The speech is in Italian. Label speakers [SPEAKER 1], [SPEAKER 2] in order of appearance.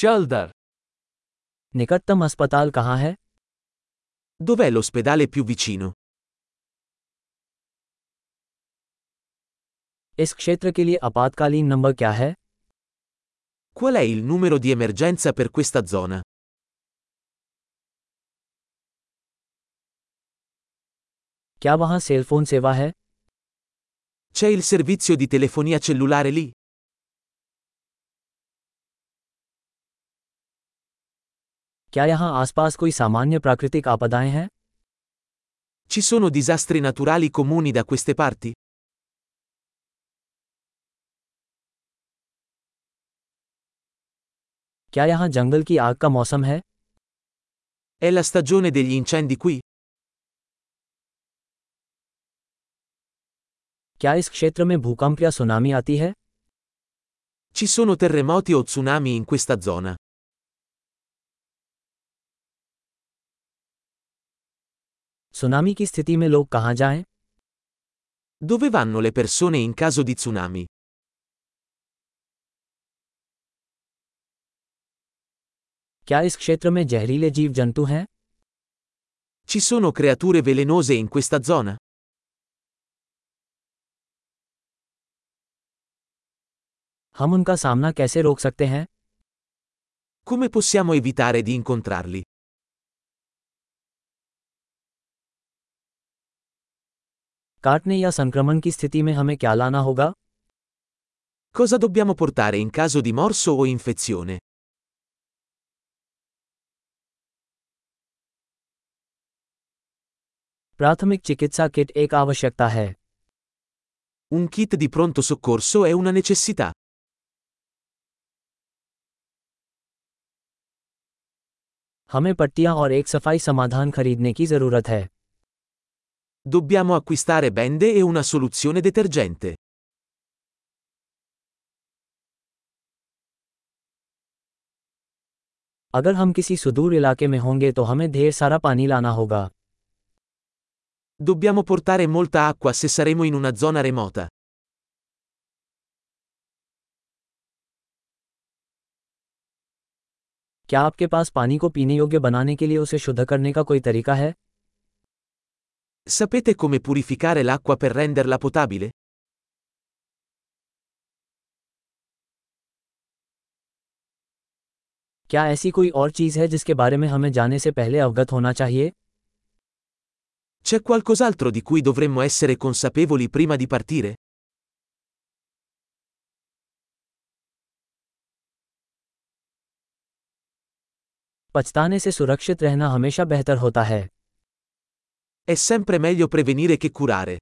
[SPEAKER 1] चल दर
[SPEAKER 2] निकटतम अस्पताल कहाँ है
[SPEAKER 1] Dov'è l'ospedale più vicino?
[SPEAKER 2] इस क्षेत्र के लिए आपातकालीन नंबर क्या है
[SPEAKER 1] Qual è il numero di emergenza per questa zona?
[SPEAKER 2] क्या वहाँ सेल फोन सेवा है
[SPEAKER 1] C'è il servizio di telefonia cellulare lì?
[SPEAKER 2] क्या यहाँ आसपास कोई सामान्य प्राकृतिक आपदाएं हैं
[SPEAKER 1] Ci sono disastri naturali comuni da queste parti?
[SPEAKER 2] क्या यहाँ जंगल की आग का मौसम है
[SPEAKER 1] È la stagione degli incendi qui?
[SPEAKER 2] क्या इस क्षेत्र में भूकंप या सुनामी आती है
[SPEAKER 1] Ci sono terremoti o tsunami in questa zona?
[SPEAKER 2] Tsunami की स्थिति में लोग कहाँ जाएं?
[SPEAKER 1] Dove vanno le persone in caso di tsunami?
[SPEAKER 2] क्या इस क्षेत्र में जहरीले जीव जंतु हैं
[SPEAKER 1] Ci sono creature velenose in questa zona?
[SPEAKER 2] हम उनका सामना कैसे रोक सकते हैं
[SPEAKER 1] Come possiamo evitare di incontrarli?
[SPEAKER 2] काटने या संक्रमण की स्थिति में हमें क्या लाना होगा
[SPEAKER 1] Cosa dobbiamo portare in caso di morso o infezione?
[SPEAKER 2] प्राथमिक चिकित्सा किट एक आवश्यकता है
[SPEAKER 1] Un kit di pronto soccorso è una necessità.
[SPEAKER 2] हमें पट्टियां और एक सफाई समाधान खरीदने की जरूरत है
[SPEAKER 1] Dobbiamo acquistare bende e una soluzione detergente.
[SPEAKER 2] अगर हम किसी सुदूर इलाके में होंगे तो हमें ढेर सारा पानी लाना होगा
[SPEAKER 1] Dobbiamo portare molta acqua se saremo in una zona remota.
[SPEAKER 2] क्या आपके पास पानी को पीने योग्य बनाने के लिए उसे शुद्ध करने का कोई तरीका है
[SPEAKER 1] Sapete come purificare l'acqua per renderla potabile?
[SPEAKER 2] क्या ऐसी कोई और चीज़ है जिसके बारे में हमें जाने से पहले अवगत होना चाहिए
[SPEAKER 1] C'è qualcos'altro di cui dovremmo essere consapevoli prima di partire?
[SPEAKER 2] पछताने से सुरक्षित रहना हमेशा बेहतर होता है
[SPEAKER 1] È sempre meglio prevenire che curare.